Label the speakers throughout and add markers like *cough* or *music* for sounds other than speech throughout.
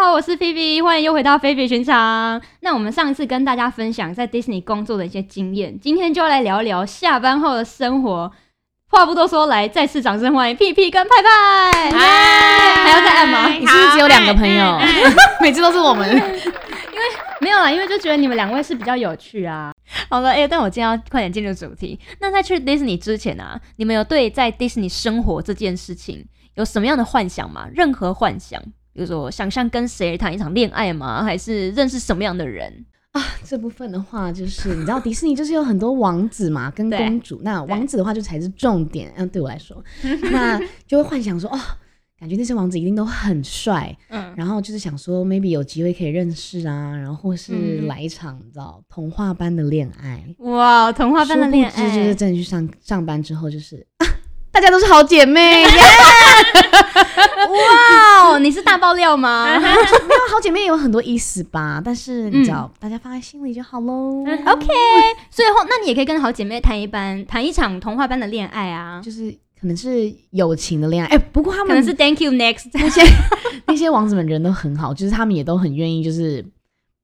Speaker 1: 好，我是菲菲，欢迎又回到菲菲寻常。那我们上一次跟大家分享在 Disney 工作的一些经验，今天就来聊聊下班后的生活。话不多说，来再次掌声欢迎屁屁跟派派。还要再按吗
Speaker 2: 你是不是只有两个朋友？
Speaker 3: 嗯哎
Speaker 2: 每次都是我
Speaker 3: 哦
Speaker 2: 们。
Speaker 1: 没有啦，因为就觉得你们两位是比较有趣啊。
Speaker 2: 好了，哎、但我今天要快点进入主题。那在去 Disney 之前啊，你们有对在 Disney 生活这件事情有什么样的幻想吗？任何幻想，比如说想象跟谁谈一场恋爱吗？还是认识什么样的人？
Speaker 4: 这部分的话，就是你知道迪士尼就是有很多王子嘛，跟
Speaker 2: 对
Speaker 4: 公主。那王子的话就才是重点，嗯，对我来
Speaker 1: *laughs*
Speaker 4: 说，那就会幻想说，哦，感觉那些王子一定都很帅，啊
Speaker 1: 嗯，
Speaker 4: 然后就是想说，maybe 有机会可以认识啊，然后或是
Speaker 1: 嗯
Speaker 4: 来一场你知道童话般的恋爱。
Speaker 1: 哇，童话般的恋
Speaker 4: 殊不知就是
Speaker 1: 爱，
Speaker 4: 真的去上上班之后，就是、 *laughs* 啊、大家都是好
Speaker 1: *laughs*
Speaker 4: 姐妹，呀
Speaker 1: 哇哦，你是大爆料吗 *laughs*
Speaker 4: 没有好姐妹有很多意思吧，但是你知
Speaker 1: 嗯
Speaker 4: 道，大家放在心里就好喽。
Speaker 1: ？OK，所以后那你也可以跟好姐妹谈一班，谈一场童话般的恋爱啊，
Speaker 4: 就是可能是友情的恋爱，哎、不过他
Speaker 1: 可
Speaker 4: 们
Speaker 1: 能是 Thank you next。
Speaker 4: 那些 *laughs* 那些王子们人都很好，就是他们也都很愿意，就是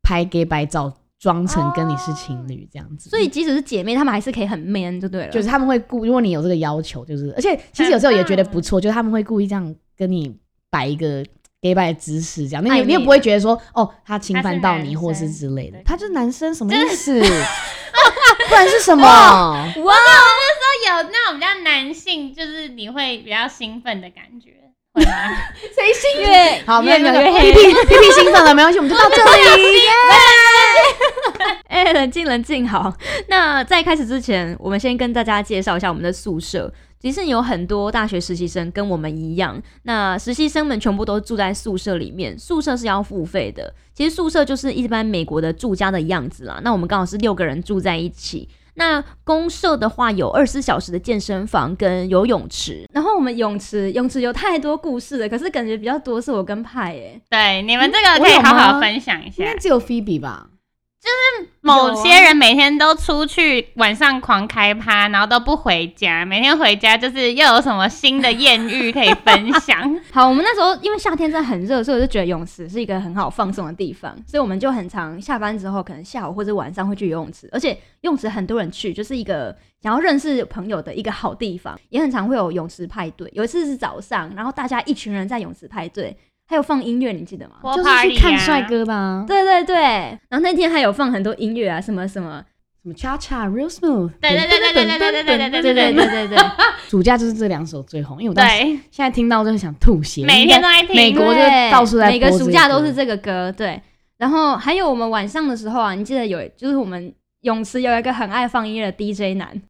Speaker 4: 拍 gay 白照，装成跟你是情侣这样子。
Speaker 1: 哦所以即使是姐妹，她们还是可以很 man 就对了。
Speaker 4: 就是他们会故，如果你有这个要求，就是而且其实有时候也觉得不错，就是他们会故意这样跟你摆一个 gay 白的姿势，这样，那
Speaker 1: 暧昧
Speaker 4: 你
Speaker 1: 的
Speaker 4: 你也不会觉得说哦他侵犯到
Speaker 3: 他是男
Speaker 4: 你
Speaker 3: 生
Speaker 4: 或是之类的
Speaker 3: 对，
Speaker 4: 他就是男生什么意
Speaker 1: *laughs*
Speaker 4: 思？不然是什
Speaker 2: 哦
Speaker 4: 么？
Speaker 1: 哇，
Speaker 3: 有那种比较男性，就是你会比较兴奋的感觉，会吗？
Speaker 1: 谁心越
Speaker 4: 好，没
Speaker 1: 越
Speaker 4: 有没有
Speaker 1: 描越
Speaker 4: 没有，
Speaker 1: 黑
Speaker 4: 屁。屁屁屁兴奋了，没关系，我们就到
Speaker 1: *laughs*
Speaker 4: 这里。
Speaker 2: 哎、冷静冷静，好。那在开始之前，我们先跟大家介绍一下我们的宿舍。迪士尼有很多大学实习生跟我们一样，那实习生们全部都住在宿舍里面，宿舍是要付费的。其实宿舍就是一般美国的住家的样子啦。那我们刚好是六个人住在一起。那公社的话，有二十四小时的健身房跟游泳池。
Speaker 1: 然后我们泳池，泳池有太多故事了，可是感觉比较多是我跟派耶、
Speaker 3: 对，你们这个可以好好分享一
Speaker 4: 应
Speaker 3: 下
Speaker 4: 该。只嗯有啊 Phoebe 吧？
Speaker 3: 某些人每天都出去晚上狂开趴，然后都不回家，每天回家就是又有什么新的艳遇可以分享？
Speaker 1: 好，我们那时候因为夏天真的很热，所以我就觉得泳池是一个很好放松的地方，所以我们就很常下班之后，可能下午或者晚上会去游泳池，而且泳池很多人去，就是一个想要认识朋友的一个好地方，也很常会有泳池派对。有一次是早上，然后大家一群人在泳池派对，还有放音乐，你记得吗？
Speaker 3: 就
Speaker 4: 就是去看帅，哥的啊，
Speaker 1: 对对对，然后那天还有放很多音乐啊，什么什么， *laughs*
Speaker 4: 什么 Cha Cha Real Smooth，
Speaker 3: 对对对对对对对对对
Speaker 1: 对对对对对，
Speaker 4: 暑假就是这两首最红，因为我当时
Speaker 3: 对，
Speaker 4: 现在听到就很想吐血。
Speaker 3: 每天都在
Speaker 4: 美
Speaker 3: 听。*laughs*
Speaker 4: 国就
Speaker 1: 对
Speaker 4: 到处在
Speaker 1: 每个
Speaker 4: 播这
Speaker 1: 暑
Speaker 4: 个
Speaker 1: 假都
Speaker 4: 歌
Speaker 1: 是这个歌，对。然后还有我们晚上的时候啊，你记得有就是我们泳池有一个很爱放音乐的 DJ 男，
Speaker 3: *laughs*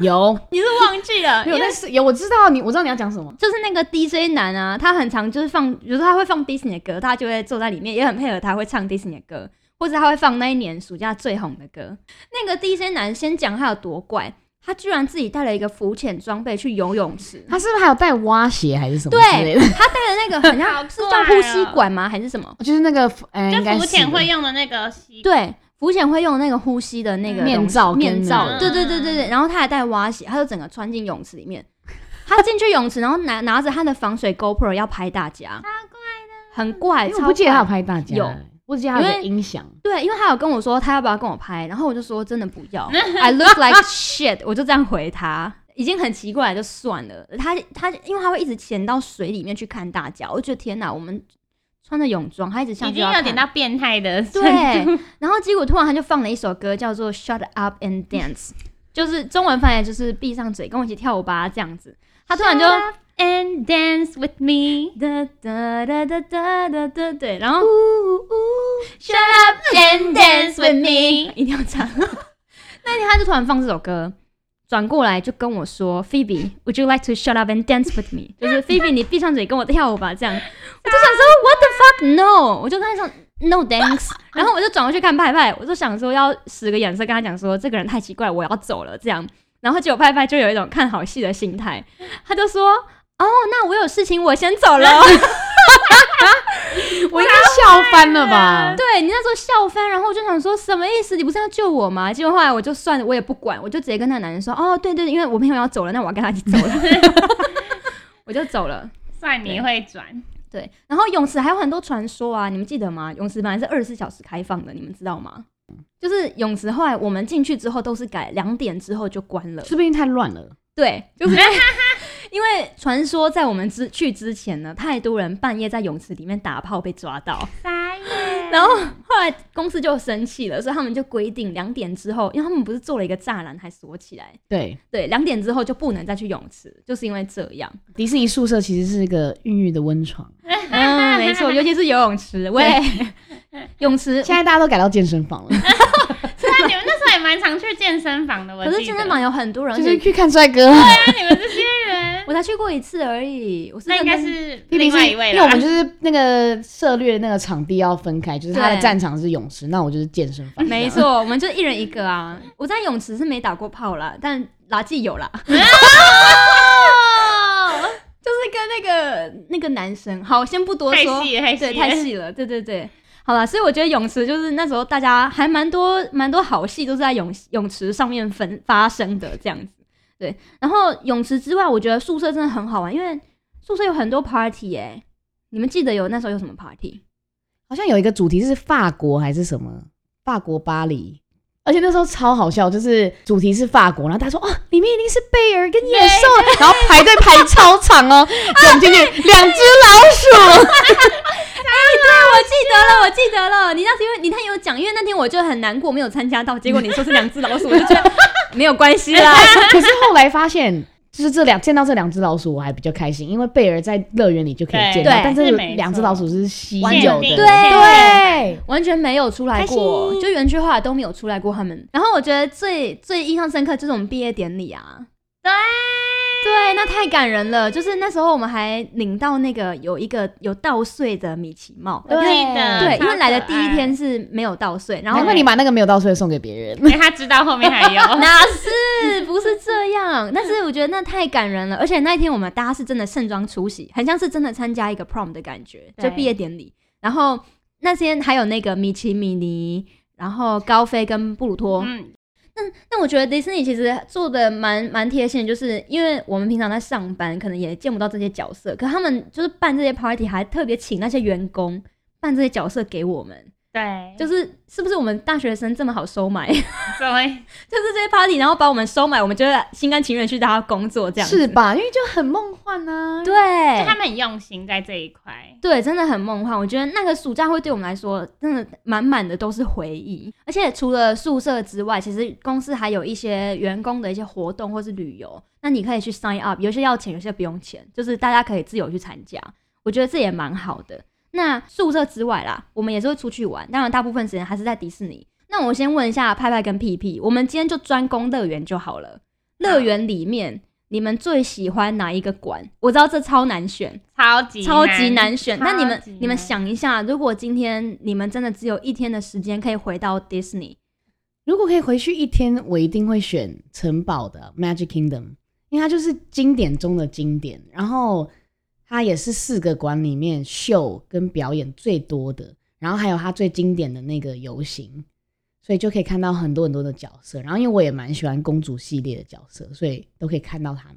Speaker 4: 有
Speaker 1: 你是忘记了
Speaker 4: 有，但是有我知道你，我知道你要讲什么。
Speaker 1: 就是那个 DJ 男啊，他很常就是放，比如说他会放 Disney 的歌，他就会坐在里面，也很配合他会唱 Disney 的歌，或者他会放那一年暑假最红的歌。那个 DJ 男先讲他有多怪，他居然自己带了一个浮潜装备去游泳池，
Speaker 4: 他是不是还有带蛙鞋还是什么
Speaker 1: 对
Speaker 4: 之类的？
Speaker 1: 他带的那个很
Speaker 4: *laughs*
Speaker 1: 像是叫
Speaker 3: 怪
Speaker 1: 呼吸
Speaker 3: 哦
Speaker 1: 管吗？还是什么？
Speaker 4: 就是那个呃，应该
Speaker 3: 就浮
Speaker 4: 是
Speaker 3: 潜会用的那个吸，
Speaker 1: 对，浮潜会用那个呼吸的那个东
Speaker 3: 嗯
Speaker 1: 西
Speaker 4: 面罩跟
Speaker 1: 面罩
Speaker 4: 那个，
Speaker 1: 对对对对对。然后他还带蛙鞋，他就整个穿进泳池里面。 *laughs* 他进去泳池，然后拿拿着他的防水 GoPro 要拍大家，很怪，
Speaker 4: 因为
Speaker 1: 超
Speaker 4: 我不记得他有
Speaker 1: 怪
Speaker 4: 拍大家，
Speaker 1: 有
Speaker 4: 欸，我只记得他有
Speaker 1: 因
Speaker 4: 个
Speaker 1: 为
Speaker 4: 音响。
Speaker 1: 对，因为他有跟我说他要不要跟我拍，然后我就说真的不
Speaker 3: *laughs*
Speaker 1: 要，I look like shit，我就这样回他，已经很奇怪了就算了。他他因为他会一直潜到水里面去看大家，我就觉得天哪，我们穿着泳装，他一直像
Speaker 3: 已经有点到变态的程
Speaker 1: 对
Speaker 3: 度。，
Speaker 1: 然后结果突然他就放了一首歌，叫做《Shut Up and Dance》，就是中文翻译就是闭上嘴，跟我一起跳舞吧这样子。他突然就
Speaker 3: Shut up and dance with me。
Speaker 1: 哒哒哒哒哒哒哒，对，然后 Shut Up and Dance with Me，一 *laughs* 定要唱。那天他就突然放这首歌，转过来就跟我说：“Phoebe，Would you like to shut up and dance with *laughs* me？” 就是 Phoebe，你闭上嘴跟我跳舞吧，这样。我就想说 What the fuck no！我就跟他说 No *laughs* thanks，然后我就转过去看派派，我就想说要使个眼色跟他讲说这个人太奇怪，我要走了这样。然后结果派派就有一种看好戏的心态，他就说：“哦，那我有事情，我先走了。”
Speaker 4: 我应该笑翻了
Speaker 3: 哎
Speaker 4: 吧？
Speaker 1: 对你那时候笑翻，然后我就想说什么意思？你不是要救我吗？结果后来我就算了，我也不管，我就直接跟那个男人说：“哦，对对，对因为我朋友要走了，那我要跟他一起走了。”我就走了。
Speaker 3: 算你会转，
Speaker 1: 对，然后泳池还有很多传说啊，你们记得吗？泳池本来是二十四小时开放的，你们知道吗？就是泳池后来我们进去之后都是改两点之后就关了，
Speaker 4: 是不是因为太乱了？
Speaker 1: 对，就是 *laughs* 因为传说在我们之去之前呢，太多人半夜在泳池里面打炮被抓到，
Speaker 3: 傻眼。
Speaker 1: 然后后来公司就生气了，所以他们就规定两点之后，因为他们不是做了一个栅栏还锁起来，
Speaker 4: 对，
Speaker 1: 对，两点之后就不能再去泳池，就是因为这
Speaker 3: *laughs*
Speaker 1: 样。
Speaker 4: 迪士尼宿舍其实是一个孕育的温床，
Speaker 1: 嗯，没错，尤其是游泳池，
Speaker 3: *laughs*
Speaker 1: 喂，泳池。
Speaker 4: 现在大家都改到健身房了，
Speaker 3: 那你们那时候也蛮常去健身房的，我
Speaker 1: 可是
Speaker 3: 记
Speaker 1: 健
Speaker 3: 得
Speaker 1: 身房有很多人，
Speaker 4: 就
Speaker 1: 而
Speaker 4: 是
Speaker 1: 且
Speaker 4: 去看帅哥。啊
Speaker 3: 那你们这些人，
Speaker 1: 我才去过一次而已。 *laughs* 我是
Speaker 3: 那应
Speaker 1: 认
Speaker 3: 该
Speaker 1: 真
Speaker 3: 是
Speaker 4: 一定
Speaker 3: 另
Speaker 4: 是
Speaker 3: 外一位
Speaker 4: 因为我
Speaker 3: 了
Speaker 4: 们。就是那个涉略的那个场地要分开，就是他的
Speaker 1: 对
Speaker 4: 战场是泳池，那我就是健身房。
Speaker 1: 没
Speaker 4: 这样，
Speaker 1: 错，我们就一人一个啊。我在泳池是没打过炮啦，但垃圾有
Speaker 3: 啊
Speaker 1: 啦，
Speaker 3: 哦
Speaker 1: *laughs* 就是跟那个那个男生。好，先不多
Speaker 3: 太
Speaker 1: 说，
Speaker 3: 细了，太细
Speaker 1: 对，
Speaker 3: 了，
Speaker 1: 太细了，对对对。好啦，所以我觉得泳池就是那时候大家还蛮多蛮多好戏都是在泳泳池上面分发生的这样子。对，然后泳池之外，我觉得宿舍真的很好玩，因为宿舍有很多 party 哎、你们记得有那时候有什么 party？
Speaker 4: 好像有一个主题是法国还是什么？法国巴黎。而且那时候超好笑，就是主题是法国，然后大家说哦，里面一定是贝尔跟野兽，然后排队排超长哦，就我们进去两只老
Speaker 3: *laughs*
Speaker 4: 鼠，
Speaker 1: 我记得了，我记得了。你那天因为你那天有讲，因为那天我就很难过，没有参加到。结果你说是两只老鼠，我就觉得 *laughs* 没有关系 *laughs* 啦。
Speaker 4: 可是后来发现，就是这两见到这两只老鼠，我还比较开心，因为贝尔在乐园里就可以见到
Speaker 1: 对，
Speaker 4: 但是
Speaker 3: 是没错
Speaker 4: 两只老鼠是稀
Speaker 1: 完
Speaker 4: 有
Speaker 1: 全
Speaker 4: 的，
Speaker 1: 对
Speaker 4: 对，
Speaker 1: 完全没有出来过
Speaker 4: 开，心
Speaker 1: 就园区后来都没有出来过他们。然后我觉得最最印象深刻就是我们毕业典礼啊，
Speaker 3: 对
Speaker 1: 对，那太感人了。就是那时候我们还领到那个有一个有稻穗的米奇帽，
Speaker 3: 我记得
Speaker 1: 对，
Speaker 3: 啊超
Speaker 1: 因为来的
Speaker 3: 可
Speaker 1: 第一
Speaker 3: 爱
Speaker 1: 天是没有稻穗，然
Speaker 4: 难
Speaker 1: 后
Speaker 4: 怪你把那个没有稻穗送给别人。
Speaker 3: 因为哎他知道后
Speaker 1: *laughs*
Speaker 3: 面还有，
Speaker 1: 哪是不是这样？但是我觉得那太感人了，而且那一天我们大家是真的盛装出席，很像是真的参加一个 prom 的感觉，就
Speaker 3: 对
Speaker 1: 毕业典礼。然后那天还有那个米奇、米妮，然后高飞跟布鲁托。
Speaker 3: 嗯，
Speaker 1: 那我觉得迪士尼其实做的蛮蛮贴心的，就是因为我们平常在上班，可能也见不到这些角色，可他们就是办这些 party，还特别请那些员工办这些角色给我们，
Speaker 3: 对，
Speaker 1: 就是是不是我们大学生这么好收买？
Speaker 3: 怎么
Speaker 1: 就是这些 party，然后把我们收买，我们就会心甘情愿去大家工作这样子
Speaker 4: 是？吧？因为就很梦幻啊。
Speaker 3: 就
Speaker 1: 对
Speaker 3: 他，们很用心在这一块，
Speaker 1: 对，真的很梦幻。我觉得那个暑假会对我们来说，真的满满的都是回忆。而且除了宿舍之外，其实公司还有一些员工的一些活动或是旅游，那你可以去 sign up，有些要钱，有些不用钱，就是大家可以自由去参加。我觉得这也蛮好的。那宿舍之外啦，我们也是会出去玩，当然大部分时间还是在迪士尼。那我先问一下派派跟屁屁，我们今天就专攻乐园就好了。乐园里面，你们最喜欢哪一个馆？我知道这超难选，
Speaker 3: 超级
Speaker 1: 超级难选。那你们
Speaker 3: 超级难
Speaker 1: 你们想一下，如果今天你们真的只有一天的时间可以回到 Disney，
Speaker 4: 如果可以回去一天，我一定会选城堡的 Magic Kingdom，因为它就是经典中的经典，然后它也是四个馆里面秀跟表演最多的，然后还有它最经典的那个游行，所以就可以看到很多很多的角色。然后因为我也蛮喜欢公主系列的角色，所以都可以看到他们。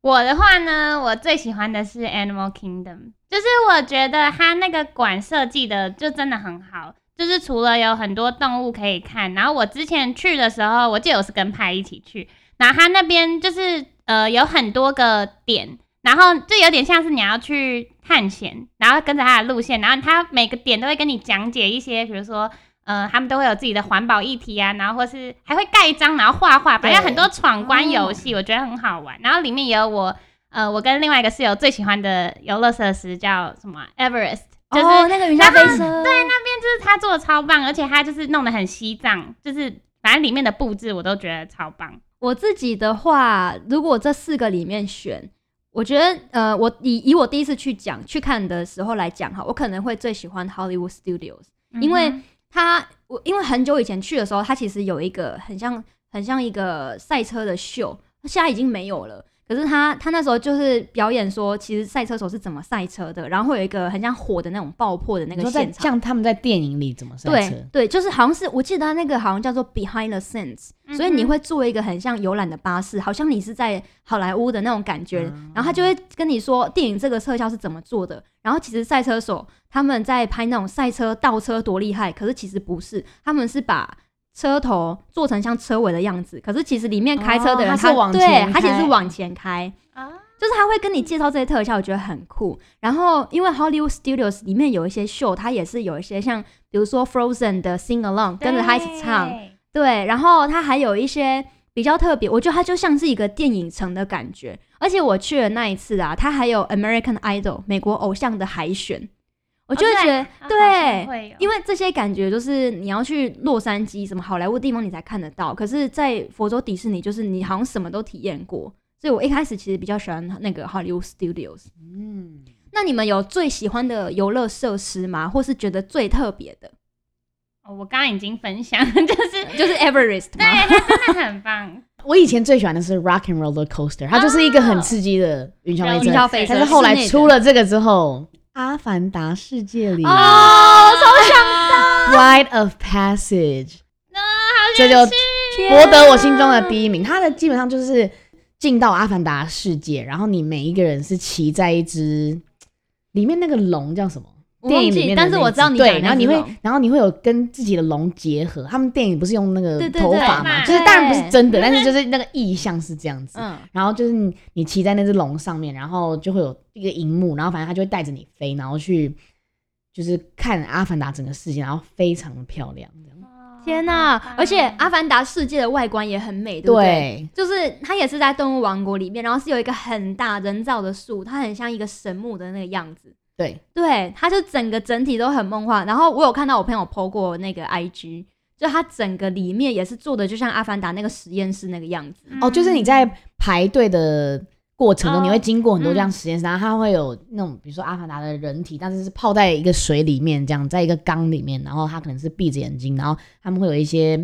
Speaker 3: 我的话呢，我最喜欢的是 Animal Kingdom，就是我觉得它那个馆设计的就真的很好，就是除了有很多动物可以看，然后我之前去的时候，我记得我是跟派一起去，然后它那边就是呃有很多个点，然后就有点像是你要去探险，然后跟着它的路线，然后它每个点都会跟你讲解一些，比如说。呃，他们都会有自己的环保议题啊，然后或是还会盖章，然后画画，反正有很多闯关游戏，我觉得很好玩。然后里面也有我呃，我跟另外一个室友最喜欢的游乐设施叫什么啊 Everest，就是、
Speaker 1: 哦那个云霄飞车，对，那
Speaker 3: 就是他做的超棒，而且他就是弄得很西藏，就是反正里面的布置我都觉得超棒。
Speaker 1: 我自己的话，如果这四个里面选，我觉得呃，我以以我第一次去讲去看的时候来讲哈，我可能会最喜欢 Hollywood Studios。因为
Speaker 3: 嗯
Speaker 1: 它我因为很久以前去的时候，它其实有一个很像很像一个赛车的秀，现在已经没有了。可是他他那时候就是表演说，其实赛车手是怎么赛车的，然后会有一个很像火的那种爆破的那
Speaker 4: 你
Speaker 1: 个
Speaker 4: 说在
Speaker 1: 现场。
Speaker 4: 像他们在电影里怎么赛
Speaker 1: 对
Speaker 4: 车？
Speaker 1: 对，就是好像是我记得他那个好像叫做 Behind the Scenes，、所
Speaker 4: 嗯
Speaker 1: 以你会坐一个很像游览的巴士，好像你是在好莱坞的那种感觉，
Speaker 4: 嗯
Speaker 1: 然后他就会跟你说电影这个特效是怎么做的。然后其实赛车手他们在拍那种赛车倒车多厉害，可是其实不是，他们是把车头做成像车尾的样子，可是其实里面开车的人、
Speaker 4: 哦他是往前
Speaker 1: 对，他其实
Speaker 4: 开
Speaker 1: 是往前开。
Speaker 3: 啊，
Speaker 1: 就是他会跟你介绍这些特效，我觉得很酷。然后因为 Hollywood Studios 里面有一些秀，它也是有一些像比如说 Frozen 的 Sing Along，跟着他一起唱，
Speaker 3: 对，
Speaker 1: 对，然后它还有一些比较特别，我觉得它就像是一个电影城的感觉。而且我去的那一次啊，它还有 American Idol 美国偶像的海选，我就会觉得、
Speaker 3: 啊好像
Speaker 1: 对。
Speaker 3: 会有
Speaker 1: 因为这些感觉就是你要去洛杉矶、什么好莱坞地方你才看得到，可是，在佛州迪士尼就是你好像什么都体验过，所以我一开始其实比较喜欢那个 Hollywood Studios。
Speaker 4: 嗯，
Speaker 1: 那你们有最喜欢的游乐设施吗？或是觉得最特别的，
Speaker 3: 哦我刚刚已经分享， *laughs* 就是
Speaker 1: 就是 Everest
Speaker 3: 对，
Speaker 1: 吗？
Speaker 3: 它真的哎很棒。
Speaker 4: 我以前最喜欢的是 Rock and Roller Coaster，它就是一个
Speaker 1: 啊
Speaker 4: 很刺激的云霄飞
Speaker 1: 云
Speaker 4: 车
Speaker 1: 霄。飞车
Speaker 4: 但是后来
Speaker 1: 室内的
Speaker 4: 出了这个之后，《阿凡达》世界里，
Speaker 1: 哦，超
Speaker 4: 《Ride of Passage》
Speaker 3: 那好
Speaker 4: 这
Speaker 3: 想
Speaker 4: 就
Speaker 3: 去
Speaker 4: 博得我心中的第一名。它的基本上就是进到阿凡达世界，然后你每一个人是骑在一只里面那个龙叫什么？
Speaker 1: 我
Speaker 4: 电
Speaker 1: 忘
Speaker 4: 影里
Speaker 1: 记，
Speaker 4: 面的
Speaker 1: 但是
Speaker 4: 那
Speaker 1: 我
Speaker 4: 只
Speaker 1: 知道你讲
Speaker 4: 对，
Speaker 1: 的
Speaker 4: 然后
Speaker 1: 那
Speaker 4: 你
Speaker 1: 只
Speaker 4: 会
Speaker 1: 龙，
Speaker 4: 然后你会有跟自己的龙结合。他们电影不是用那个
Speaker 1: 对对
Speaker 4: 头
Speaker 1: 对
Speaker 4: 发嘛，
Speaker 3: 对
Speaker 4: 就是当然不是
Speaker 1: 对
Speaker 4: 真的，但是就是那个意象是这样子。
Speaker 1: 嗯，
Speaker 4: 然后就是你你骑在那只龙上面，然后就会有一个荧幕，然后反正它就会带着你飞，然后去就是看阿凡达整个世界，然后非常的漂亮。这样
Speaker 1: 天哪、
Speaker 3: 哦好棒
Speaker 1: 而且《阿凡达》世界的外观也很美，对不对？
Speaker 4: 哦对，
Speaker 1: 就是它也是在动物王国里面，然后是有一个很大人造的树，它很像一个神木的那个样子。
Speaker 4: 对，
Speaker 1: 对，它就整个整体都很梦幻。然后我有看到我朋友 PO 过那个 IG，就它整个里面也是做的就像《阿凡达》那个实验室那个样子。
Speaker 3: 嗯
Speaker 4: 哦，就是你在排队的过程中，
Speaker 3: 哦
Speaker 4: 你会经过很多这样实验室，然后它会有那种比如说阿凡达的人体，但是是泡在一个水里面，这样在一个缸里面，然后它可能是闭着眼睛，然后他们会有一些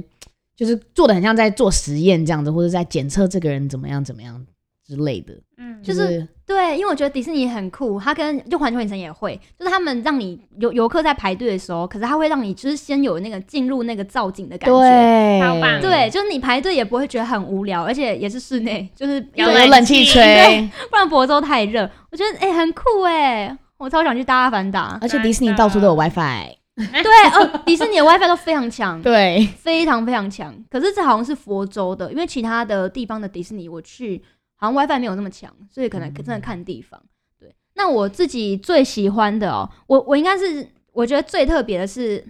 Speaker 4: 就是做的很像在做实验这样子，或者在检测这个人怎么样怎么样之类的，
Speaker 3: 嗯，
Speaker 4: 就
Speaker 1: 就是
Speaker 4: 是
Speaker 1: 对，因为我觉得迪士尼很酷，它跟就环球影城也会，就是他们让你游游客在排队的时候，可是它会让你就是先有那个进入那个造景的感觉。
Speaker 4: 对，
Speaker 3: 超棒
Speaker 4: 嗯
Speaker 1: 对，就是你排队也不会觉得很无聊，而且也是室
Speaker 4: *laughs*
Speaker 1: 内，就是因
Speaker 3: 有
Speaker 1: 为
Speaker 4: 有冷
Speaker 3: 冷
Speaker 4: 气
Speaker 3: 气
Speaker 4: 吹，
Speaker 1: 不然博州太热。我觉得哎、很酷哎、我超想去搭阿凡
Speaker 4: *laughs*
Speaker 1: 达。
Speaker 4: *laughs* 而且迪士尼到处都有 WiFi。
Speaker 1: 对哦，迪士尼的 WiFi 都非常强，
Speaker 4: 对，
Speaker 1: 非常非常强。可是这好像是佛州的，因为其他的地方的迪士尼我去，好像 WiFi 没有那么强，所以可能
Speaker 4: 嗯
Speaker 1: 真的看地方。对，那我自己最喜欢的哦、我我应该是我觉得最特别的是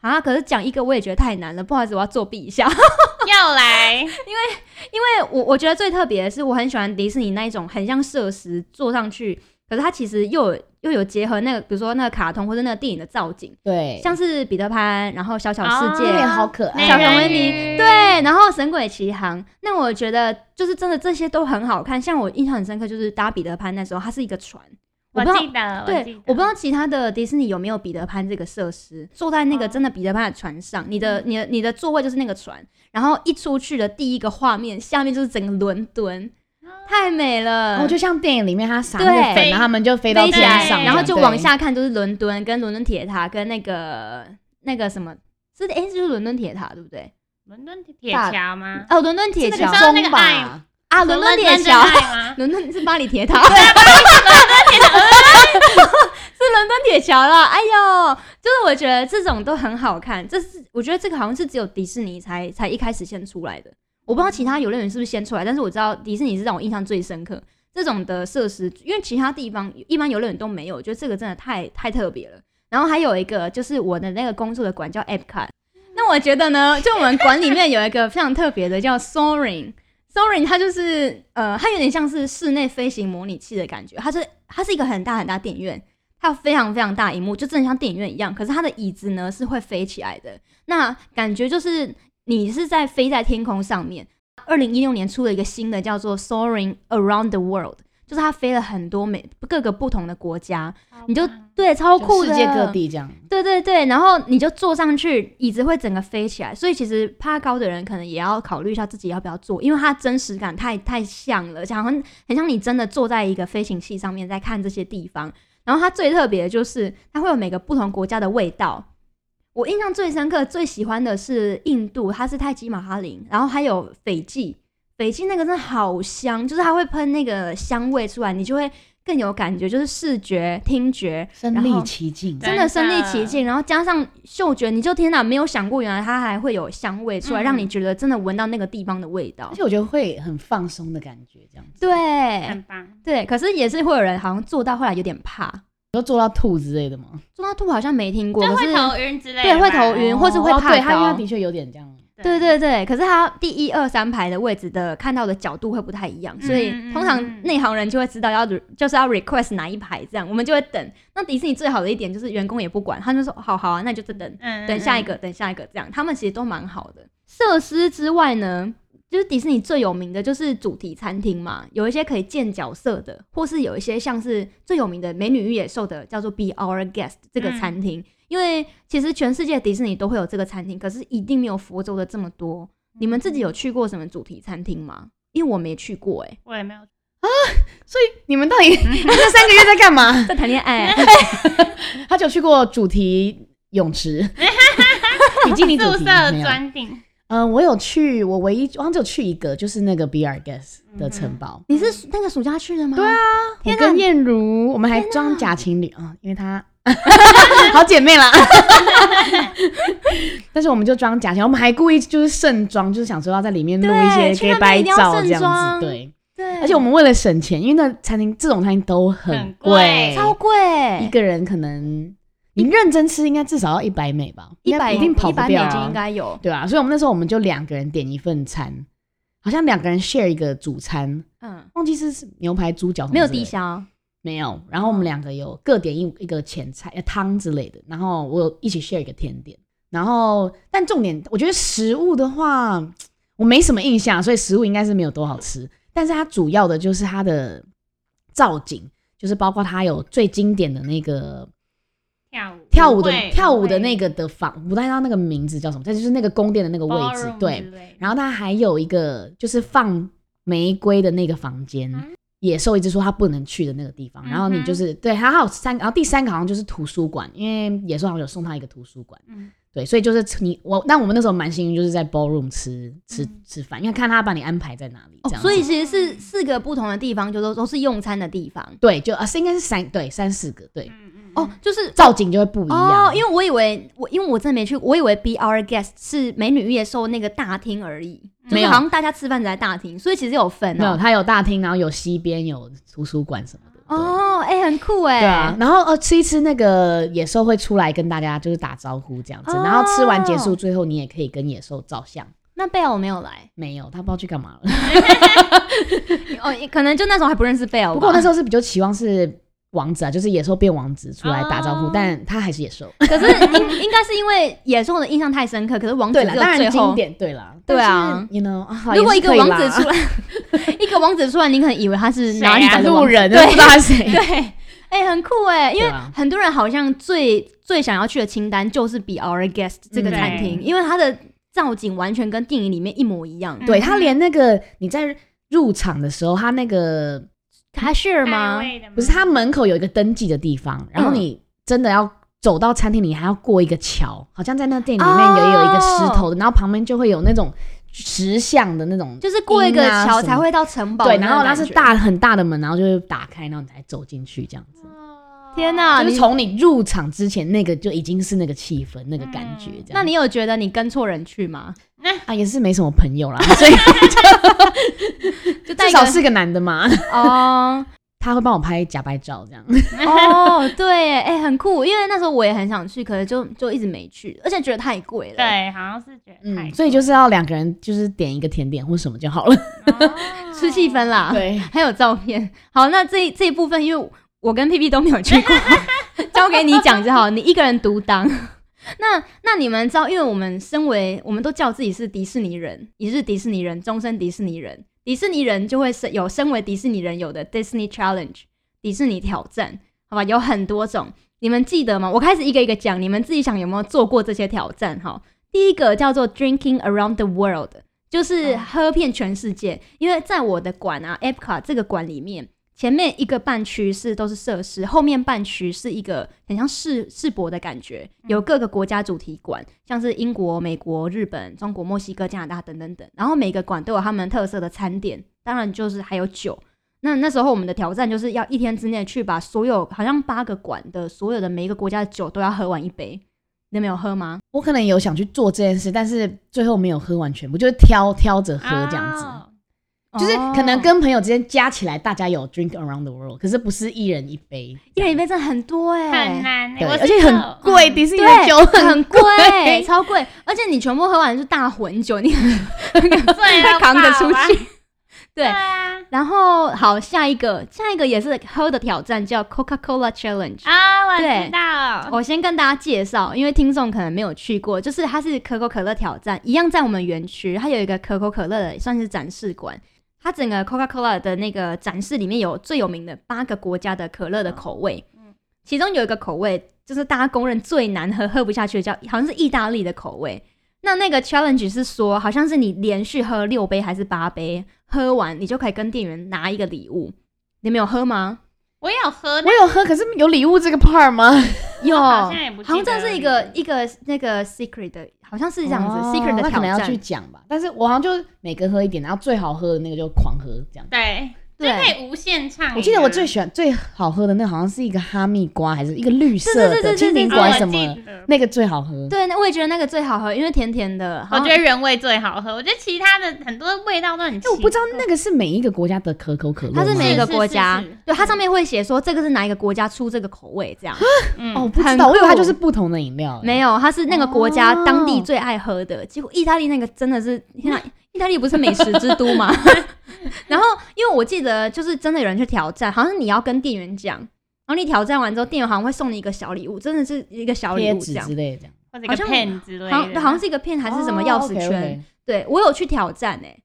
Speaker 1: 啊，可是讲一个我也觉得太难了，不好意思，我要作弊一下，
Speaker 3: 要来，
Speaker 1: 因为我我觉得最特别的是，我很喜欢迪士尼那一种很像设施坐上去，可是它其实又有又有结合那个，比如说那个卡通或者那个电影的造景，
Speaker 4: 对，
Speaker 1: 像是彼得潘，然后小小世界。
Speaker 4: 这
Speaker 3: 哦
Speaker 4: 点好可爱，
Speaker 3: 美
Speaker 1: *laughs* 小熊
Speaker 3: 人
Speaker 1: 维
Speaker 3: 鱼
Speaker 1: 尼，对，然后神鬼奇航，那我觉得就是真的这些都很好看。像我印象很深刻，就是搭彼得潘那时候，它是一个船，我
Speaker 3: 我
Speaker 1: 不知道
Speaker 3: 记得，记
Speaker 1: 对
Speaker 3: 得，
Speaker 1: 我不知道其他的迪士尼有没有彼得潘这个设施，坐在那个
Speaker 3: 哦
Speaker 1: 真的彼得潘的船上，你的、你的、你的座位就是那个船，然后一出去的第一个画面，下面就是整个伦敦，太美了，
Speaker 4: 哦，就像电影里面他撒那个粉，
Speaker 1: 对
Speaker 4: 然后他们就飞到
Speaker 1: 飞起
Speaker 4: 天
Speaker 1: 来，
Speaker 4: 上，
Speaker 1: 然后就往
Speaker 4: 对。
Speaker 1: 下看就是伦敦跟伦敦铁塔跟那个那个什么。是哎、就是伦敦铁塔对不对？
Speaker 3: 伦敦铁
Speaker 4: 大
Speaker 3: 桥吗？
Speaker 1: 哦，伦敦铁
Speaker 4: 是那
Speaker 1: 桥
Speaker 4: 个
Speaker 3: 知道那个
Speaker 4: 钟吧
Speaker 3: 爱？
Speaker 1: 啊，伦敦铁桥，
Speaker 3: 爱
Speaker 1: *laughs*
Speaker 3: 吗？
Speaker 1: 伦敦是巴黎铁塔，啊对，呃 *laughs* 是伦敦铁桥了。哎呦，就是我觉得这种都很好看，这是我觉得这个好像是只有迪士尼才才一开始先出来的，我不知道其他游乐园是不是先出来，但是我知道迪士尼是让我印象最深刻这种的设施，因为其他地方一般游乐园都没有，我觉得这个真的太太特别了。然后还有一个就是我的那个工作的馆叫 Epcot，那我觉得呢，就我们馆里面有一个非常特别的叫 Soaring。Soaring 它就是呃，它有点像是室内飞行模拟器的感觉，它是它是一个很大很大电影院，它有非常非常大荧幕，就真的像电影院一样。可是它的椅子呢是会飞起来的，那感觉就是你是在飞在天空上面。二零一六年出了一个新的叫做 Soaring Around the World，就是它飞了很多美各个不同的国家，你就
Speaker 3: 好吧
Speaker 1: 对，超
Speaker 4: 就
Speaker 1: 酷的，
Speaker 4: 世界各地这样。
Speaker 1: 对对对，然后你就坐上去，椅子会整个飞起来，所以其实怕高的人可能也要考虑一下自己要不要坐，因为它真实感太太像了，像很很像你真的坐在一个飞行器上面在看这些地方。然后它最特别的就是它会有每个不同国家的味道。我印象最深刻、最喜欢的是印度，它是泰姬玛哈林，然后还有斐济，斐济那个真的好香，就是它会喷那个香味出来，你就会更有感觉，就是视觉、听觉
Speaker 4: 身
Speaker 1: 然
Speaker 4: 临
Speaker 1: 后
Speaker 4: 其境，
Speaker 3: 对
Speaker 1: 真的身
Speaker 3: 真
Speaker 1: 临
Speaker 3: 的
Speaker 1: 其境，然后加上嗅觉，你就天哪，没有想过原来它还会有香味出来，
Speaker 3: 嗯
Speaker 1: 让你觉得真的闻到那个地方的味道
Speaker 4: 而。且我觉得会很放松的感觉，这样子，
Speaker 1: 对
Speaker 3: 很棒。
Speaker 1: 对，可是也是会有人好像做到后来有点怕，
Speaker 4: 都做到吐之类的吗？
Speaker 1: 做到吐好像没听过，
Speaker 3: 就
Speaker 1: 可
Speaker 3: 会
Speaker 1: 是
Speaker 3: 头晕之类的
Speaker 1: 对
Speaker 3: 吧，
Speaker 1: 会头晕或是会
Speaker 4: 哦
Speaker 1: 怕
Speaker 4: 对，他因为他
Speaker 1: 高
Speaker 4: 的确有点这样，
Speaker 1: 对对对，可是它第一二三排的位置的看到的角度会不太一样，所以
Speaker 3: 嗯嗯
Speaker 1: 通
Speaker 3: 嗯
Speaker 1: 常内行人就会知道要就是要 request 哪一排这样，我们就会等。那迪士尼最好的一点就是员工也不管，他就说好好啊，那你就等等。
Speaker 3: 嗯，嗯
Speaker 1: 等下一，个，等下一个，这样他们其实都蛮好的。设施之外呢，就是迪士尼最有名的就是主题餐厅嘛，有一些可以见角色的，或是有一些像是最有名的《美女与野兽》的叫做 Be Our Guest 这
Speaker 4: 嗯
Speaker 1: 个餐厅，因为其实全世界迪士尼都会有这个餐厅，可是一定没有佛州的这么多。你们自己有
Speaker 4: 嗯
Speaker 1: 去过什么主题餐厅吗？因为我没去过、欸，
Speaker 3: 我也没有，
Speaker 4: 所以你们到底 *laughs* 这三个月在干嘛？
Speaker 1: 在谈恋爱、
Speaker 4: 他就去过主题泳
Speaker 1: *laughs*
Speaker 4: 池，比基尼主
Speaker 3: 宿
Speaker 4: 题
Speaker 3: 舍
Speaker 4: 没有
Speaker 3: 专定，
Speaker 4: 嗯，我有去，我唯一我好像只有去一个，就是那个 Be Our Guest 的城堡。
Speaker 1: *laughs* 你是那个暑假去的吗？对啊，嗯
Speaker 4: 我
Speaker 1: 天哪
Speaker 4: 跟燕如，我们还装假情侣啊、因
Speaker 1: *laughs*
Speaker 4: 为她好姐妹啦。 *laughs* 但是我们就装假情，我们还故意就是盛装，就是想说要在里面录一些
Speaker 1: 对去
Speaker 4: gay
Speaker 1: 那
Speaker 4: 白
Speaker 1: 边一定要
Speaker 4: 照这
Speaker 1: 盛
Speaker 4: 样
Speaker 1: 装
Speaker 4: 子。对，
Speaker 1: 对，
Speaker 4: 而且我们为了省钱，因为那餐厅这种餐厅都很
Speaker 3: 很
Speaker 4: 贵
Speaker 3: 贵，
Speaker 1: 超贵、
Speaker 4: 一个人可能你认真吃应该至少要一百美吧，
Speaker 1: 一百
Speaker 4: 应该一定跑
Speaker 1: 一
Speaker 4: 不
Speaker 1: 百美
Speaker 4: 掉、
Speaker 1: 金
Speaker 4: 啊
Speaker 1: 应，该有，
Speaker 4: 对啊，所以我们那时候我们就两个人点一份餐，好像两个人 share 一个主餐，
Speaker 1: 嗯，
Speaker 4: 忘记是牛排、猪脚什么
Speaker 1: 没有
Speaker 4: 之类
Speaker 1: 低
Speaker 4: 的
Speaker 1: 消。
Speaker 4: 没有。然后我们两个有各点一一个前菜、呃汤之类的，然后我有一起 share 一个甜点。然后，但重点，我觉得食物的话，我没什么印象，所以食物应该是没有多好吃。但是它主要的就是它的造景，就是包括它有最经典的那个
Speaker 3: 嗯跳舞
Speaker 4: 跳舞的跳舞的那个的房，不太知道那个名字叫什么，但就是那个宫殿的那个位置，对。，然后它还有一个就是放玫瑰的那个房间，
Speaker 3: 嗯
Speaker 4: 野兽一直说他不能去的那个地
Speaker 1: 嗯
Speaker 4: 方。然后你就是对，它还有三个，然后第三个好像就是图书馆，因为野兽好像有送他一个图书馆。
Speaker 3: 嗯
Speaker 4: 对，所以就是你我，但我们那时候蛮幸运，就是在 ballroom 吃吃
Speaker 3: 嗯
Speaker 4: 吃饭，因为看他把你安排在哪里这样
Speaker 1: 哦
Speaker 4: 子。
Speaker 1: 所以其实是四个不同的地方，就都都是用餐的地方
Speaker 4: 对，就啊是应该是三对三四个对，
Speaker 3: 嗯嗯
Speaker 1: 哦，就是。
Speaker 4: 造景就会不一样。
Speaker 1: 哦，因为我以为我因为我真的没去，我以为 B R Guest 是美女与野兽那个大厅而已，就
Speaker 4: 没
Speaker 1: 是
Speaker 4: 有
Speaker 1: 好像大家吃饭只在大厅，所以其实有分
Speaker 4: 没有，
Speaker 1: 哦。
Speaker 4: 它有大厅，然后有西边，有图书馆什么的。对
Speaker 1: 哦，哎、很酷哎、
Speaker 4: 对啊，然后呃吃一吃那个野兽会出来跟大家就是打招呼这样子，然后吃完结束，
Speaker 1: 哦
Speaker 4: 最后你也可以跟野兽照相。
Speaker 1: 那贝尔没有来，
Speaker 4: 没有，他不知道去干嘛了。
Speaker 1: 哦，也可能就那时候还不认识贝尔吧。
Speaker 4: 不过我那时候是比较期望是王子啊，就是野兽变王子出来打招呼，
Speaker 3: 哦
Speaker 4: 但他还是野兽。
Speaker 1: 可是应应该是因为野兽的印象太深刻，可是王子
Speaker 4: *laughs* 对
Speaker 1: 只
Speaker 4: 啦，
Speaker 1: 有
Speaker 4: 当
Speaker 1: 最
Speaker 4: 然经
Speaker 1: 后。
Speaker 4: 典，对啦，
Speaker 1: 对啊
Speaker 4: ，you know，啊
Speaker 1: 如果一个王子出
Speaker 4: 来，
Speaker 1: 来， *laughs* 一个王子出来，你可能以为他是哪里
Speaker 3: 谁啊
Speaker 1: 来的
Speaker 4: 路
Speaker 1: 王子
Speaker 4: 人
Speaker 1: 对
Speaker 4: 不知道他是谁。
Speaker 1: 对，哎、很酷哎，因
Speaker 4: 对
Speaker 1: 为
Speaker 4: 啊
Speaker 1: 很多人好像最最想要去的清单就是 Be Our Guest
Speaker 4: 嗯
Speaker 1: 这个餐厅，
Speaker 3: 对
Speaker 1: 因为它的造景完全跟电影里面一模一样。
Speaker 3: 嗯
Speaker 4: 对他连那个你在入场的时候，他那个
Speaker 1: 还是吗？
Speaker 4: 不是，它门口有一个登记的地方，然后
Speaker 1: 嗯
Speaker 4: 你真的要走到餐厅里，还要过一个桥，好像在那店里面也有一个石头的，然后旁边就会有那种石像的那种，
Speaker 1: 哦就是过一个
Speaker 4: 鹰啊
Speaker 1: 桥
Speaker 4: 什么
Speaker 1: 才会到城堡的
Speaker 4: 对，
Speaker 1: 那
Speaker 4: 然
Speaker 1: 种
Speaker 4: 后
Speaker 1: 感觉。
Speaker 4: 它是大很大的门，然后就会打开，然后你才走进去这样子。
Speaker 1: 天哪、
Speaker 4: 就
Speaker 1: 啊
Speaker 4: 是
Speaker 1: 你
Speaker 4: 从你入场之前，那个就已经是那个气氛、那个感觉
Speaker 3: 嗯
Speaker 4: 这样。
Speaker 1: 那你有觉得你跟错人去吗？
Speaker 4: 啊也是没什么朋友啦， *laughs* 所以
Speaker 1: 就带
Speaker 4: 至
Speaker 1: 一个
Speaker 4: 少是个男的嘛，
Speaker 1: 哦
Speaker 4: 他会帮我拍假拍照这样。
Speaker 1: 哦，对耶，哎、很酷。因为那时候我也很想去，可是就就一直没去，而且觉得太贵了。，
Speaker 3: 对，好像是觉得太
Speaker 4: 嗯，所以就是要两个人就是点一个甜点或什么就好了。
Speaker 3: 哦
Speaker 1: 嗯吃气氛啦。
Speaker 4: 对，
Speaker 1: 还有照片。好，那这这一部分，因为我跟 P P 都没有去过， *laughs* 交给你讲就好，你一个人独当。那那你们知道，因为我们身为我们都叫自己是迪士尼人，一日迪士尼人，终身迪士尼人。迪士尼人就会是有身为迪士尼人有的 Disney Challenge 迪士尼挑战，好吧，有很多种，你们记得吗？我开始一个一个讲，你们自己想有没有做过这些挑战哈。第一个叫做 Drinking Around the World，就是
Speaker 4: 嗯
Speaker 1: 喝遍全世界。因为在我的馆啊 Epcot 这个馆里面，前面一个半区是都是设施，后面半区是一个很像世世博的感觉，
Speaker 4: 嗯
Speaker 1: 有各个国家主题馆，像是英国、美国、日本、中国、墨西哥、加拿大等等等。然后每个馆都有他们特色的餐点，当然就是还有酒。那那时候我们的挑战就是要一天之内去把所有好像八个馆的所有的每一个国家的酒都要喝完一杯。你们有喝吗？
Speaker 4: 我可能有想去做这件事，但是最后没有喝完全部，就是挑挑着喝这样子。
Speaker 1: 啊
Speaker 3: 哦
Speaker 4: 就是可
Speaker 1: 哦
Speaker 4: 能跟朋友之间加起来，大家有 drink around the world，可是不是一人一杯，
Speaker 1: 一人一杯真的很多哎、
Speaker 3: 很难欸，
Speaker 4: 对，
Speaker 3: 我
Speaker 4: 而
Speaker 3: 是
Speaker 4: 且很
Speaker 3: 有
Speaker 4: 贵，
Speaker 3: 嗯
Speaker 4: 迪士尼的
Speaker 1: 对，
Speaker 4: 酒
Speaker 1: 很
Speaker 4: 贵，
Speaker 1: 贵，超贵，而且你全部喝完是大混酒，你 *laughs*
Speaker 3: 醉
Speaker 1: 快
Speaker 3: 了
Speaker 1: 扛得
Speaker 3: 吧
Speaker 1: 出去。
Speaker 3: 对
Speaker 1: 对
Speaker 3: 啊，
Speaker 1: 然后好，下一个，下一个也是喝的挑战，叫 Coca-Cola Challenge。
Speaker 3: 啊，我
Speaker 1: 对
Speaker 3: 知道，
Speaker 1: 我先跟大家介绍，因为听众可能没有去过，就是它是可口可乐挑战，一样在我们园区，它有一个可口可乐的算是展示馆。它整个 Coca-Cola 的那个展示里面有最有名的八个国家的可乐的口味，
Speaker 3: 嗯
Speaker 1: 其中有一个口味就是大家公认最难喝、喝不下去的，叫好像是意大利的口味。那那个 challenge 是说，好像是你连续喝六杯还是八杯，喝完你就可以跟店员拿一个礼物。你们有喝吗？
Speaker 3: 我有喝，
Speaker 4: 我
Speaker 3: 但
Speaker 4: 有喝，可是有礼物这个 part 吗？
Speaker 1: 有，
Speaker 3: 好像也不记
Speaker 1: 好像这
Speaker 3: 得
Speaker 1: 是一
Speaker 3: 了
Speaker 1: 个一个那个 secret 的，好像 *laughs* 是这样子、
Speaker 4: 哦
Speaker 1: secret 的
Speaker 4: 那可
Speaker 1: 挑
Speaker 4: 能要去
Speaker 1: 战。
Speaker 4: 讲吧。但是我好像就每个喝一点，然后最好喝的那个就狂喝这样。
Speaker 3: 对，就可
Speaker 1: 对
Speaker 3: 以无限啊唱。
Speaker 1: 哎
Speaker 4: 我记得我最喜欢最好喝的那个好像是一个哈密瓜，还是一个绿色
Speaker 1: 对对
Speaker 4: 的
Speaker 1: 对对
Speaker 4: 青
Speaker 1: 对
Speaker 4: 苹
Speaker 3: 哦
Speaker 4: 果还
Speaker 3: 我
Speaker 4: 是什么
Speaker 3: 记
Speaker 4: 的，
Speaker 3: 得
Speaker 4: 那个最好喝。
Speaker 1: 对，那我也觉得那个最好喝，因为甜甜的。好
Speaker 3: 我
Speaker 1: 像
Speaker 3: 觉得原味最好喝，我觉得其他的很多味道都很奇
Speaker 4: 哎，
Speaker 3: 怪。
Speaker 4: 我不知道那个是每一个国家的可口可乐吗，
Speaker 1: 它是每一个
Speaker 3: 是是
Speaker 1: 国家，
Speaker 3: 是
Speaker 1: 对它上面会写说这个是哪一个国家出这个口味这样。
Speaker 3: 嗯
Speaker 4: 哦，我不知
Speaker 1: 很
Speaker 4: 道，我以为它
Speaker 1: 酷
Speaker 4: 就是不同的饮料。
Speaker 1: 没
Speaker 4: 有，
Speaker 1: 有，它是那个国家
Speaker 4: 哦
Speaker 1: 当地最爱喝的。结果意大利那个真的是，天啊！意大利不是美食之都吗？ *laughs* 然后，因为我记得就是真的有人去挑战，好像是你要跟店员讲，然后你挑战完之后，店员好像会送你一个小礼物，真的是一个小礼
Speaker 4: 贴
Speaker 1: 物
Speaker 4: 纸
Speaker 1: 这样
Speaker 4: 之。类的这样，哦
Speaker 3: 或者一个
Speaker 1: 好像
Speaker 3: 片之类的，
Speaker 1: 好像好像是一个片还是什么钥匙圈。
Speaker 4: 圈？
Speaker 1: 对我有去挑战哎、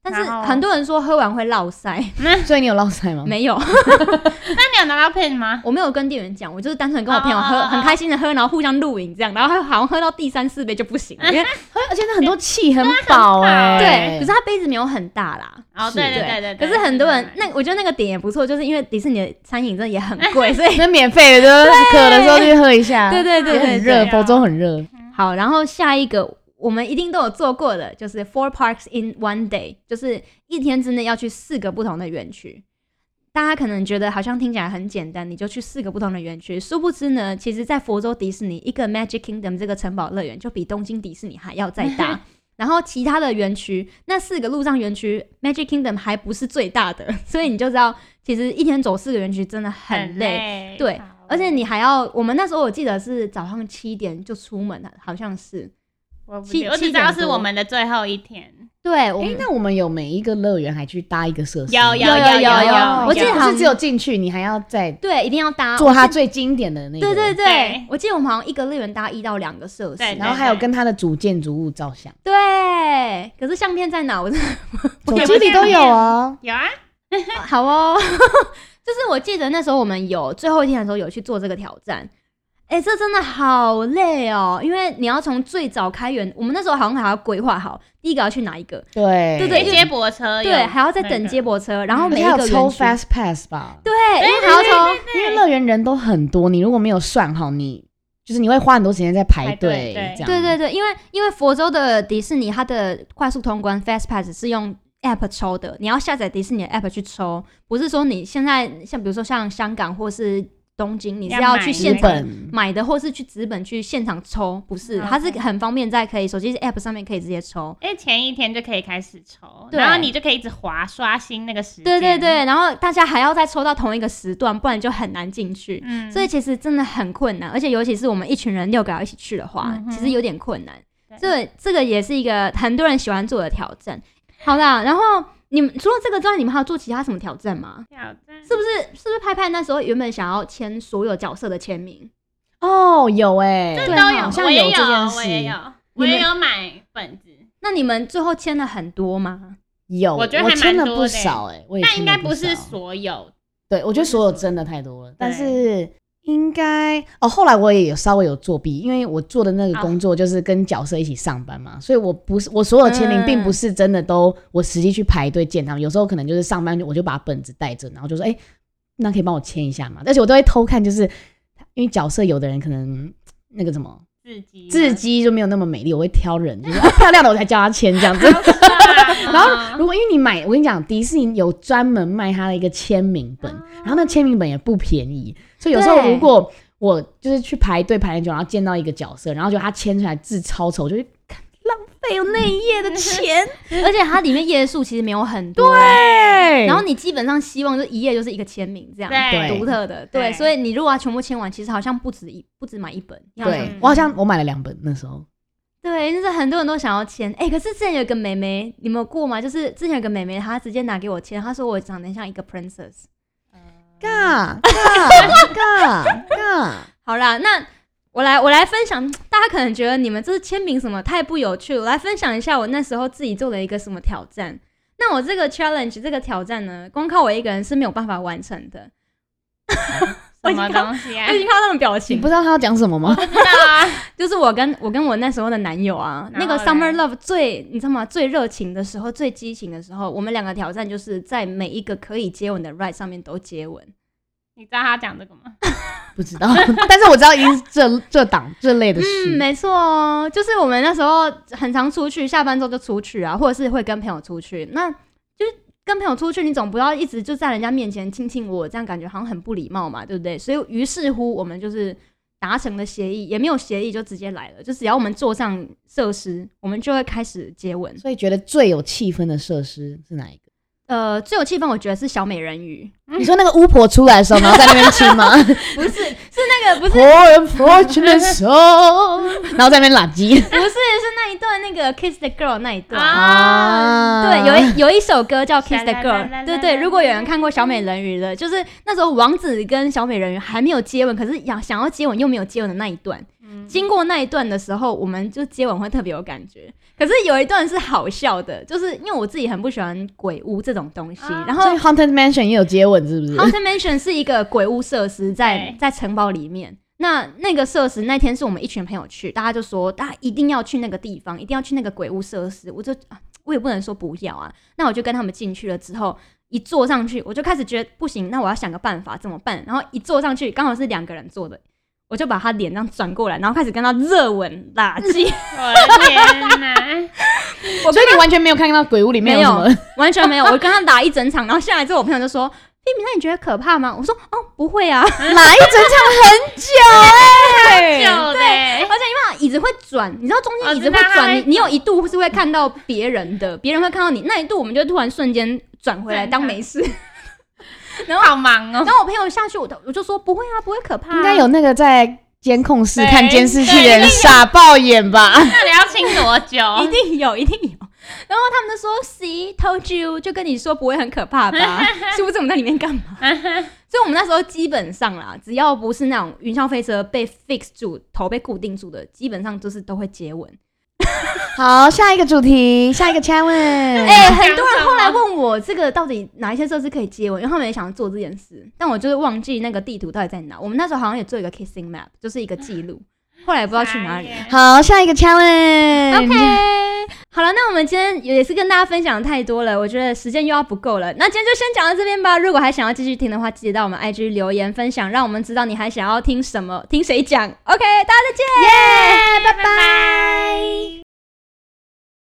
Speaker 1: 但是
Speaker 3: 然后
Speaker 1: 很多人说喝完会落腮，
Speaker 4: 所以你有落塞吗？
Speaker 1: *laughs* 没有，
Speaker 3: 那你有拿到片吗？
Speaker 1: 我没有跟店员讲，我就是单纯跟我朋友喝
Speaker 3: 哦哦哦哦
Speaker 1: 很开心的喝，然后互相录影这样，然后好像喝到第三四杯就不行
Speaker 3: *laughs*
Speaker 1: 了，因为
Speaker 4: 哎，而且那很多气很饱哎、
Speaker 1: 啊对，可是它杯子没有很大啦。
Speaker 3: 哦，
Speaker 4: 是
Speaker 3: 对对对对。
Speaker 1: 可
Speaker 3: 对
Speaker 1: 是很多人
Speaker 3: 对，
Speaker 1: 那我觉得那个点也不错，就是因为迪士尼的餐饮真的也很
Speaker 3: *laughs*
Speaker 1: 贵，所以
Speaker 4: 那免费的，就是渴的时候去喝一下。
Speaker 1: 对对对
Speaker 4: 也
Speaker 1: 对
Speaker 4: 很
Speaker 1: 对。
Speaker 4: 热，佛州很热。
Speaker 1: 好，然后下一个我们一定都有做过的，就是 four parks in one day，就是一天之内要去四个不同的园区。大家可能觉得好像听起来很简单，你就去四个不同的园区，殊不知呢，其实，在佛州迪士尼一个 Magic Kingdom 这个城堡乐园就比东京迪士尼还要再大。然后其他的园区，那四个陆上园区 Magic Kingdom 还不是最大的，所以你就知道，其实一天走四个园区真的很累。
Speaker 3: 很累
Speaker 1: 对
Speaker 3: 好
Speaker 1: 而且你还要，我们那时候我记得是早上七点就出门了，好像是。
Speaker 3: 我不
Speaker 1: 七
Speaker 3: 记我只
Speaker 1: 七
Speaker 3: 知道
Speaker 1: 点
Speaker 3: 是
Speaker 1: 多
Speaker 3: 我们的最后一天，
Speaker 1: 对，我
Speaker 4: 哎、
Speaker 1: 们、
Speaker 4: 那我们有每一个乐园还去搭一个设施吗？
Speaker 3: 有有
Speaker 1: 有有
Speaker 3: 有
Speaker 1: 我记得好
Speaker 4: 不
Speaker 1: 像
Speaker 4: 是只有进去，你还要再
Speaker 1: 对一定要搭
Speaker 4: 做它最经典的那
Speaker 1: 对
Speaker 4: 个。
Speaker 1: 对对，
Speaker 3: 对
Speaker 1: 我记得我们好像一个乐园搭一到两个设施，
Speaker 3: 对
Speaker 4: 然后还有跟它的主建筑物照相，
Speaker 1: 对可是相片在哪？我真的
Speaker 4: 手
Speaker 3: 有
Speaker 4: 机里都有哦。
Speaker 3: 有啊，
Speaker 1: *laughs* 好哦， *laughs* 就是我记得那时候我们有最后一天的时候有去做这个挑战，哎、这真的好累哦，因为你要从最早开园，我们那时候好像还要规划好第一个要去哪一个，
Speaker 4: 对
Speaker 1: 对对
Speaker 3: 对
Speaker 1: 因为
Speaker 3: 哎接驳车有
Speaker 1: 对，还要再
Speaker 3: 那
Speaker 1: 等
Speaker 3: 个
Speaker 1: 接驳车，然后
Speaker 4: 而
Speaker 1: 哎每一嗯
Speaker 4: 且
Speaker 1: 个
Speaker 4: 还有
Speaker 1: 园
Speaker 4: 抽
Speaker 1: 区
Speaker 4: fast pass 吧？
Speaker 1: 对，因为还要抽。
Speaker 4: 因为乐园人都很多，你如果没有算好，你就是你会花很多时间在排
Speaker 3: 排
Speaker 4: 队
Speaker 3: 队对
Speaker 4: 这样。
Speaker 1: 对对对，因为因为佛州的迪士尼，它的快速通关 Fast Pass 是用 App 抽的，你要下载迪士尼的 App 去抽，不是说你现在像比如说像香港或是东京，你是
Speaker 3: 要
Speaker 1: 要
Speaker 3: 买
Speaker 1: 去
Speaker 3: 那
Speaker 4: 日
Speaker 1: 现
Speaker 3: 个
Speaker 1: 场
Speaker 4: 本嗯
Speaker 1: 买的，或是去纸本去现场抽，不是，它是
Speaker 3: OK
Speaker 1: 很方便在可以手机 App 上面可以直接抽。
Speaker 3: 因为哎前一天就可以开始抽，
Speaker 1: 对
Speaker 3: 然后你就可以一直滑刷新那个时间。
Speaker 1: 对对，对，然后大家还要再抽到同一个时段，不然就很难进去。
Speaker 3: 嗯，
Speaker 1: 所以其实真的很困难，而且尤其是我们一群人六个要一起去的话，
Speaker 3: 嗯哼
Speaker 1: 其实有点困难。
Speaker 3: 对
Speaker 1: 这这个也是一个很多人喜欢做的挑战。好啦，然后你们除了这个之外，你们还有做其他什么挑战吗？
Speaker 3: 挑战
Speaker 1: 是不是？是不是派派那时候原本想要签所有角色的签名？
Speaker 4: 哦，有哎、
Speaker 3: 这
Speaker 1: 对
Speaker 3: 都
Speaker 1: 哈
Speaker 3: 有，
Speaker 4: 好像
Speaker 3: 我也
Speaker 4: 有这件
Speaker 3: 我也
Speaker 4: 事
Speaker 3: 有，我
Speaker 4: 你
Speaker 3: 也
Speaker 4: 们
Speaker 3: 有买本子。
Speaker 1: 那你们最后签了很多吗？
Speaker 4: 有，
Speaker 3: 我觉得还蛮
Speaker 4: 签了
Speaker 3: 多
Speaker 4: 不
Speaker 3: 的欸
Speaker 4: 少哎、我也
Speaker 3: 但
Speaker 4: 签
Speaker 3: 应
Speaker 4: 了
Speaker 3: 该不是
Speaker 4: 少
Speaker 3: 所有，
Speaker 4: 对，我觉得
Speaker 3: 嗯
Speaker 4: 所有真的太多了，但是应该哦，后来我也有稍微有作弊，因为我做的那个工
Speaker 3: 啊
Speaker 4: 作就是跟角色一起上班嘛，所以我不是我所有签名并不
Speaker 3: 嗯
Speaker 4: 是真的都我实际去排队见他们，有时候可能就是上班我就把本子带着，然后就说哎、那可以帮我签一下嘛，而且我都会偷看，就是因为角色有的人可能嗯那个什么
Speaker 3: 自己
Speaker 4: 字迹就没有那么美丽，我会挑人，就是、啊、漂亮的我才叫他签这样子。
Speaker 3: 嗯
Speaker 4: 然
Speaker 1: 啊
Speaker 4: 后，如果因为你买，我跟你讲，迪士尼有专门卖它的一个签名本，
Speaker 1: 啊
Speaker 4: 然后那签名本也不便宜，所以有时候
Speaker 5: 对
Speaker 4: 如果我就是去排队排很久，然后见到一个角色，然后就他签出来字超丑，我就会
Speaker 5: 费用那一页的钱，
Speaker 1: *laughs* 而且它里面页数其实没有很多，啊
Speaker 4: 哎
Speaker 1: 嗯然后你基本上希望就一页就是一个签名这样，
Speaker 3: 对
Speaker 4: 对
Speaker 1: 独特的，对，
Speaker 3: 对
Speaker 1: 所以你如果要全部签完，其实好像不止一不止买一本，你好像
Speaker 4: 对
Speaker 3: 嗯
Speaker 4: 我好像我买了两本那时候，
Speaker 1: 对，就是很多人都想要签，哎、可是之前有一个妹妹，你们有过吗？就是之前有一个妹妹，她直接拿给我签，她说我长得像一个 princess。
Speaker 3: 嗯
Speaker 4: 尬尬尬
Speaker 1: *laughs*
Speaker 4: 尬，
Speaker 1: 好啦，那我来我来分享，大家可能觉得你们这是签名什么太不有趣了，我来分享一下我那时候自己做的一个什么挑战。那我这个 challenge 这个挑战呢，光靠我一个人是没有办法完成的。
Speaker 3: 什么东西啊
Speaker 1: 我已？
Speaker 3: *laughs*
Speaker 1: 经看到他们表
Speaker 4: 你
Speaker 1: 情
Speaker 4: 不，知道他要讲什
Speaker 1: *laughs*
Speaker 4: 么吗？
Speaker 3: 不知道啊，
Speaker 1: 就是我跟我跟我那时候的男友啊，那
Speaker 3: 然后
Speaker 1: 个
Speaker 3: 嘞
Speaker 1: summer love 最你知道吗？最热情的时候，最激情的时候，我们两个挑战就是在每一个可以接吻的 right 上面都接吻。
Speaker 3: 你知道他讲这个吗？
Speaker 4: 不知道，但是我知道一定是这这档这类的
Speaker 1: 嗯，
Speaker 4: 事。
Speaker 1: 没错哦，就是我们那时候很常出去，下班之后就出去啊，或者是会跟朋友出去。那就是跟朋友出去，你总不要一直就在人家面前卿卿我我，这样感觉好像很不礼貌嘛，对不对？所以于是乎，我们就是达成了协议，也没有协议就直接来了，就只要我们坐上设施，我们就会开始接吻。
Speaker 4: 所以觉得最有气氛的设施是哪一个？
Speaker 1: 呃，最有气氛，我觉得是小美人鱼，
Speaker 4: 你说那个巫婆出来的时候，然后在那边亲吗？
Speaker 1: 不是是那个不是
Speaker 4: 婆人婆裙的手， *laughs* 然后在那边拉
Speaker 1: *laughs*
Speaker 4: 鸡
Speaker 1: 不是是那一段那个 Kiss the Girl 那一段。
Speaker 4: 啊
Speaker 1: 对，有一有一首歌叫《Kiss the
Speaker 3: 啦啦
Speaker 1: Girl
Speaker 3: 啦》，
Speaker 1: 对
Speaker 3: 啦
Speaker 1: 对。
Speaker 3: 啦
Speaker 1: 如果有人看过《小美人鱼》的，就是那时候王子跟小美人鱼还没有接吻，可是想想要接吻又没有接吻的那一段。
Speaker 3: 嗯
Speaker 1: 经过那一段的时候，我们就接吻会特别有感觉。可是有一段是好笑的，就是因为我自己很不喜欢鬼屋这种东西，
Speaker 3: 啊
Speaker 1: 然后啊
Speaker 4: 所以 Haunted Mansion 也有接吻，是不是？
Speaker 1: Haunted Mansion 是一个鬼屋设施在，
Speaker 3: 对
Speaker 1: 在城堡里面。那那个设施那天是我们一群朋友去，大家就说大家一定要去那个地方，一定要去那个鬼屋设施。我就啊，我也不能说不要啊。那我就跟他们进去了之后，一坐上去我就开始觉得不行，那我要想个办法怎么办？然后一坐上去刚好是两个人坐的，我就把他脸这样转过来，然后开始跟他热吻打
Speaker 4: *laughs*
Speaker 1: 击，
Speaker 3: 我的天哪！
Speaker 1: 我
Speaker 4: 所以你完全没有看到鬼屋里面有什
Speaker 1: 没 *laughs*
Speaker 4: 么？
Speaker 1: 完全没有。我跟他打一整场，然后下来之后我朋友就说：“菲米，那你觉得可怕吗？”我说：“哦，不会啊。”
Speaker 4: 哪一整场很久
Speaker 1: *laughs*
Speaker 4: 哎、
Speaker 3: 就对，
Speaker 1: 而且因为椅子会转，你知道中
Speaker 4: 啊
Speaker 3: 哦
Speaker 1: 间椅子会
Speaker 3: 知道它
Speaker 1: 转，
Speaker 3: 会
Speaker 1: 你你有一度是会看到别人的，别人会看到你那一度，我们就突然瞬间转回来
Speaker 3: 转
Speaker 1: 当没事。
Speaker 3: 好忙
Speaker 1: *laughs*
Speaker 3: 哦。
Speaker 1: 然后我朋友下去，我都我就说不会啊，不会可怕、啊，
Speaker 4: *laughs* 嗯应该有那个在监控室
Speaker 3: 对
Speaker 4: 看监视器的人傻爆眼吧？
Speaker 3: 那你要亲多久
Speaker 1: *laughs* 一？定有，一定有。然后他们就说 “See, told you”，就跟你说不会很可怕
Speaker 4: *laughs*
Speaker 1: 吧？是不是我们在里面干嘛？所以我们那时候基本上啦，只要不是那种云霄飞车被 fix 住、头被固定住的，基本上就是都会接吻。
Speaker 4: 好，下一个主题，下一个 challenge。
Speaker 1: 哎、
Speaker 3: 你
Speaker 1: 很
Speaker 3: 讲
Speaker 1: 多人
Speaker 3: 什
Speaker 1: 后来
Speaker 3: 么
Speaker 1: 问我这个到底哪一些设施可以接吻，因为他们也想要做这件事，但我就是忘记那个地图到底在哪。我们那时候好像也做一个 kissing map，就是一个记 *laughs* 录，后来也不知道去哪里。
Speaker 3: 哎
Speaker 4: 好，下一个 challenge。
Speaker 1: OK，好了，那我们今天也是跟大家分享太多了，我觉得时间又要不够了。那今天就先讲到这边吧。如果还想要继续听的话，记得到我们 IG 留言分享，让我们知道你还想要听什么，听谁讲。OK，大家再见，耶，拜拜。